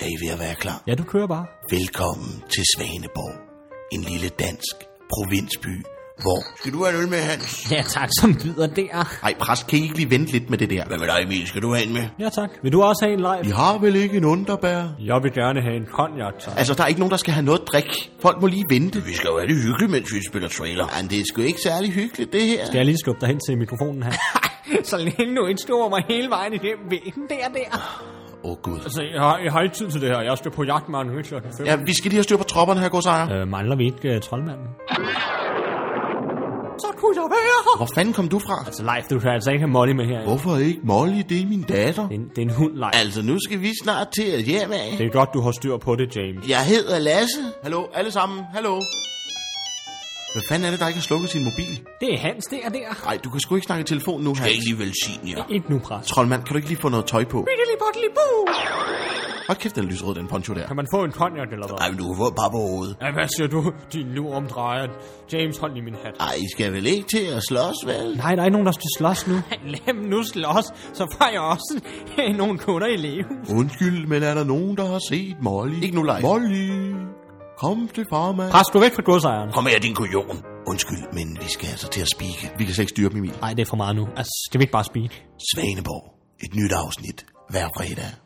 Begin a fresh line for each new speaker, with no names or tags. Er I ved at være klar?
Ja, du kører bare.
Velkommen til Svaneborg. En lille dansk provinsby, hvor... Skal du have en øl med, Hans?
Ja, tak, som byder der.
Ej, præst, kan I ikke lige vente lidt med det der? Hvad med dig, Emil? Skal du have en med?
Ja, tak. Vil du også have en live?
I har vel ikke en underbær?
Jeg vil gerne have en konjak, tak.
Altså, der er ikke nogen, der skal have noget drik. Folk må lige vente. Vi skal jo have det hyggeligt, mens vi spiller trailer. Men det er sgu ikke særlig hyggeligt, det her.
Skal jeg lige skubbe dig hen til mikrofonen her?
Så længe du ikke står mig hele vejen igennem væggen der der.
Åh, oh, Gud.
altså, jeg har, jeg har ikke tid til det her. Jeg skal på jagt med en Richard. Ja.
Ja, vi skal lige have styr på tropperne her, godsejer.
Øh, mangler vi ikke uh, troldmanden?
Så kunne jeg være her.
Hvor fanden kom du fra?
Så Leif, du kan altså ikke have Molly med her. Det
Hvorfor ikke Molly? Det er min datter.
er, en, det er en hund, Leif.
Altså, nu skal vi snart til at hjem af.
Det er godt, du har styr på det, James.
Jeg hedder Lasse. Hallo, alle sammen. Hallo. Hvad fanden er det, der ikke har slukket sin mobil?
Det er Hans der der.
Nej, du kan sgu ikke snakke i telefon nu, Hans. Skal ikke lige velsigne jer.
Ikke nu, præst.
Troldmand, kan du ikke lige få noget tøj på?
Biddelibottelibo.
Hold kæft, den er lysrød, den poncho der.
Kan man få en konjak eller hvad?
Ej, men du kan få et par på hovedet.
Ja, hvad siger du? Din nu omdrejer. James, hold lige min hat.
Ej, I skal vel ikke til at slås, vel?
Nej, der er ikke nogen, der skal slås nu.
Lad dem nu slås, så får jeg også nogle kunder i leve.
Undskyld, men er der nogen, der har set Molly? Ikke nu, Leif. Molly, kom til farmand.
Præst, du er væk fra godsejeren.
Kom her, din kujon. Undskyld, men vi skal altså til at spike. Vi kan slet ikke styre dem, Emil.
Nej, det er for meget nu. Altså, skal vi ikke bare speak?
Svaneborg. Et nyt afsnit. Hver fredag.